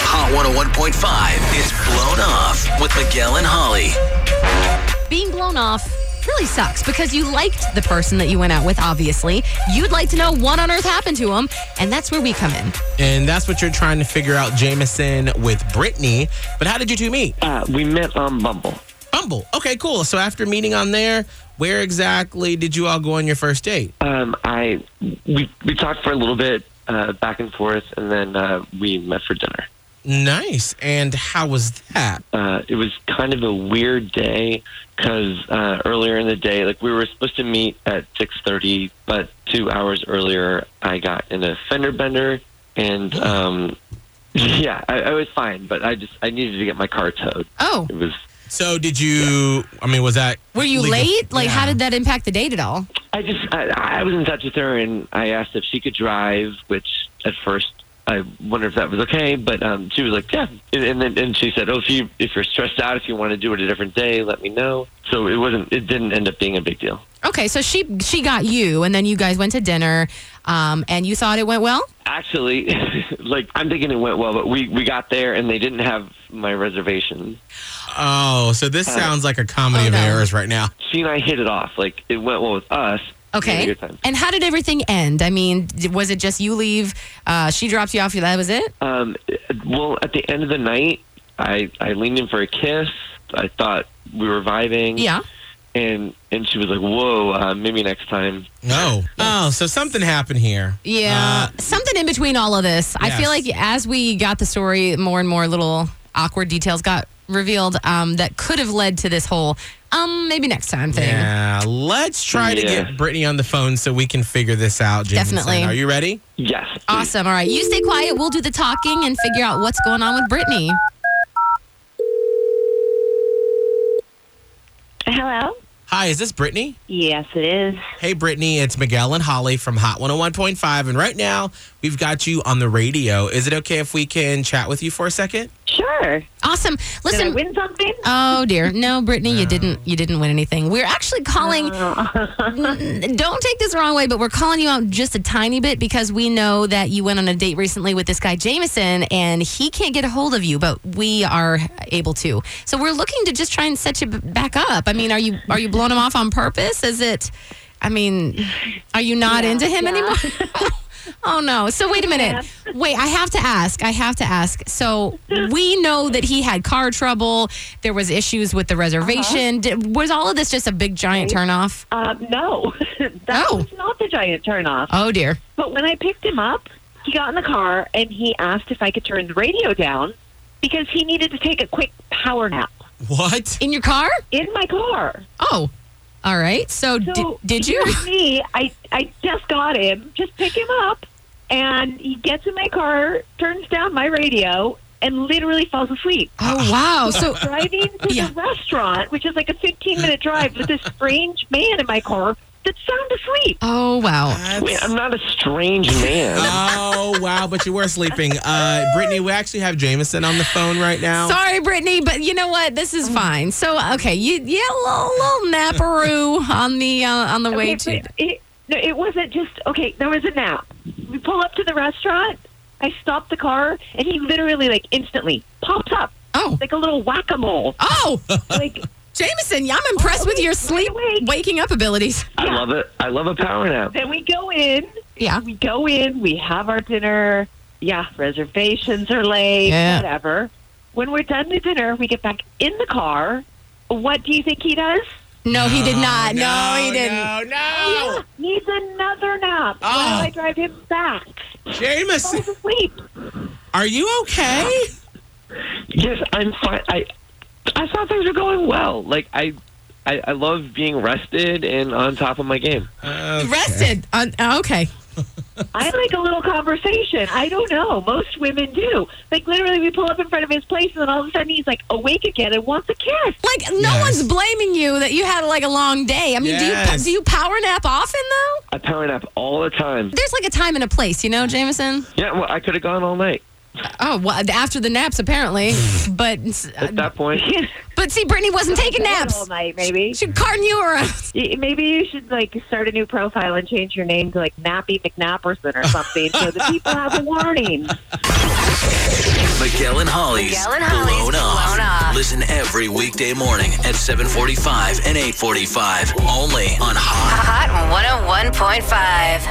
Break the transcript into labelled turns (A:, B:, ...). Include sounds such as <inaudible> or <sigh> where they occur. A: 101.5. It's Blown Off with Miguel and Holly.
B: being blown off really sucks because you liked the person that you went out with, obviously. You'd like to know what on earth happened to him, and that's where we come in.
C: And that's what you're trying to figure out, Jameson, with Brittany. But how did you two meet?
D: Uh, we met on Bumble.
C: Bumble. Okay, cool. So after meeting on there, where exactly did you all go on your first date?
D: Um, I we we talked for a little bit uh, back and forth, and then uh, we met for dinner.
C: Nice. And how was that?
D: Uh, it was kind of a weird day because uh, earlier in the day, like we were supposed to meet at six thirty, but two hours earlier, I got in a fender bender, and um, <laughs> yeah, I, I was fine, but I just I needed to get my car towed.
B: Oh,
D: It was
C: So did you? I mean, was that?
B: were you
C: legal?
B: late? Like, how
C: Yeah.
B: did that impact the date at all?
D: I just I, I was in touch with her and I asked if she could drive, which at first I wonder if that was okay, but um, she was like, yeah, and, and then and she said, oh, if you if you're stressed out, if you want to do it a different day, let me know. So it wasn't it didn't end up being a big deal.
B: Okay, so she she got you, and then you guys went to dinner, um, and you thought it went well.
D: Actually, <laughs> like I'm thinking it went well, but we we got there and they didn't have my reservation.
C: Oh, so this sounds like a comedy
B: Oh,
C: of
B: no.
C: errors right now.
D: She and I hit it off. Like it went well with us. We had a
B: Okay,
D: good time.
B: and how did everything end? I mean, d- was it just you leave? Uh, she drops you off. That was it.
D: Um, well, at the end of the night, I I leaned in for a kiss. I thought we were vibing.
B: Yeah.
D: and and she was like, "Whoa, uh, maybe next time."
C: No. Oh, so something happened here.
B: Yeah.
C: Uh,
B: Something in between all of this. I feel
C: Yes.
B: like as we got the story, more and more little awkward details got revealed um, that could have led to this whole um maybe next time thing.
C: yeah. Let's try to
D: Yeah.
C: get Brittany on the phone so we can figure this out. Jameson.
B: Definitely.
C: Are you ready?
D: Yes. please.
B: Awesome. All right. You stay quiet. We'll do the talking and figure out what's going on with Brittany.
E: Hello.
C: Hi, is this Brittany?
E: Yes, it is.
C: Hey, Brittany, it's Miguel and Holly from Hot 101.5. And right now, we've got you on the radio. Is it okay if we can chat with you for a second?
E: Sure.
B: Awesome.
E: Did I
B: Listen.
E: win something?
B: Oh dear. No, Brittany, you didn't you didn't win anything. We're actually calling <laughs> Don't take this the wrong way, but we're calling you out just a tiny bit because we know that you went on a date recently with this guy Jameson and he can't get a hold of you, but we are able to. So we're looking to just try and set you b- back up. I mean, are you are you blowing him off on purpose? Is it I mean, are you not into him anymore? <laughs> Oh no. So wait a minute.
E: <laughs>
B: Wait, I have to ask. I have to ask. So we know that he had car trouble. There was issues with
E: Uh-huh.
B: the reservation. Did, was all of this just a big giant turnoff?
E: Um, no, <laughs> that
B: Oh.
E: was not the giant turnoff.
B: Oh dear.
E: But when I picked him up, he got in the car and he asked if I could turn the radio down because he needed to take a quick power nap
C: What?
B: In your car?
E: in my car.
B: Oh. All right. So, di-
E: So
B: did
E: <laughs>
B: you?
E: here's me, I I just got him. Just pick him up, and he gets in my car, turns down my radio, and literally falls asleep.
B: Oh wow. So
E: driving to
B: Yeah.
E: the restaurant, which is like a 15 minute drive, with this strange man in my car that's sound asleep.
B: Oh wow.
D: Wait, I'm not a strange man.
C: <laughs> Oh, wow, but you were sleeping. Uh, Brittany, we actually have Jameson on the phone right now.
B: Sorry, Brittany, but you know what? This is fine. So okay, you yeah, a little, little napperoo on the uh, on the way
E: Okay,
B: to.
E: but it, no, it wasn't just okay. There was a nap. We pull up to the restaurant. I stop the car, and he literally like instantly pops up
B: Oh
E: like a little whack
B: <laughs>
E: a mole.
B: oh,
E: Like
B: Jameson, I'm
E: Oh,
B: impressed with your sleep
E: awake.
B: waking up abilities.
D: I love it. I love a power nap.
E: then we go in.
B: Yeah.
E: We go in. We have our dinner. Yeah, reservations are late.
B: Yeah.
E: Whatever. When we're done with dinner, we get back in the car. What do you think he does?
B: No, he did not. No, he didn't.
C: Oh, No, no.
E: Needs another nap.
C: Oh.
E: Why do I drive him back?
C: Jameson,
E: Falls asleep.
C: are you okay?
D: Yes, I'm fine. I I thought things were going well. Like I I, I love being rested and on top of my game.
C: <laughs>
B: Rested. Uh, okay.
E: I like a little conversation. I don't know. Most women do. Like literally, we pull up in front of his place, and then all of a sudden he's like awake again and wants a kiss.
B: Like no
C: Yes.
B: one's blaming you that you had like a long day. I mean,
C: Yes.
B: do you do you power nap often though?
D: I power nap all the time.
B: There's like a time and a place, you know, Jameson.
D: Yeah, well, I could have gone all night
B: Oh, well, after the naps apparently,
C: <sighs>
B: but uh,
D: at that point.
B: but see, Brittany wasn't taking
E: all
B: naps.
E: night, maybe.
B: She carting you around.
E: Y- Maybe you should like start a new profile and change your name to like Nappy McNapperson or something, so the people have a warning.
A: Miguel Miguel and Holly's,
F: Miguel and Holly's
A: blown, off.
F: Blown Off.
A: Listen every weekday morning at 7:45 and 8:45 only on Hot.
F: Hot 101.5.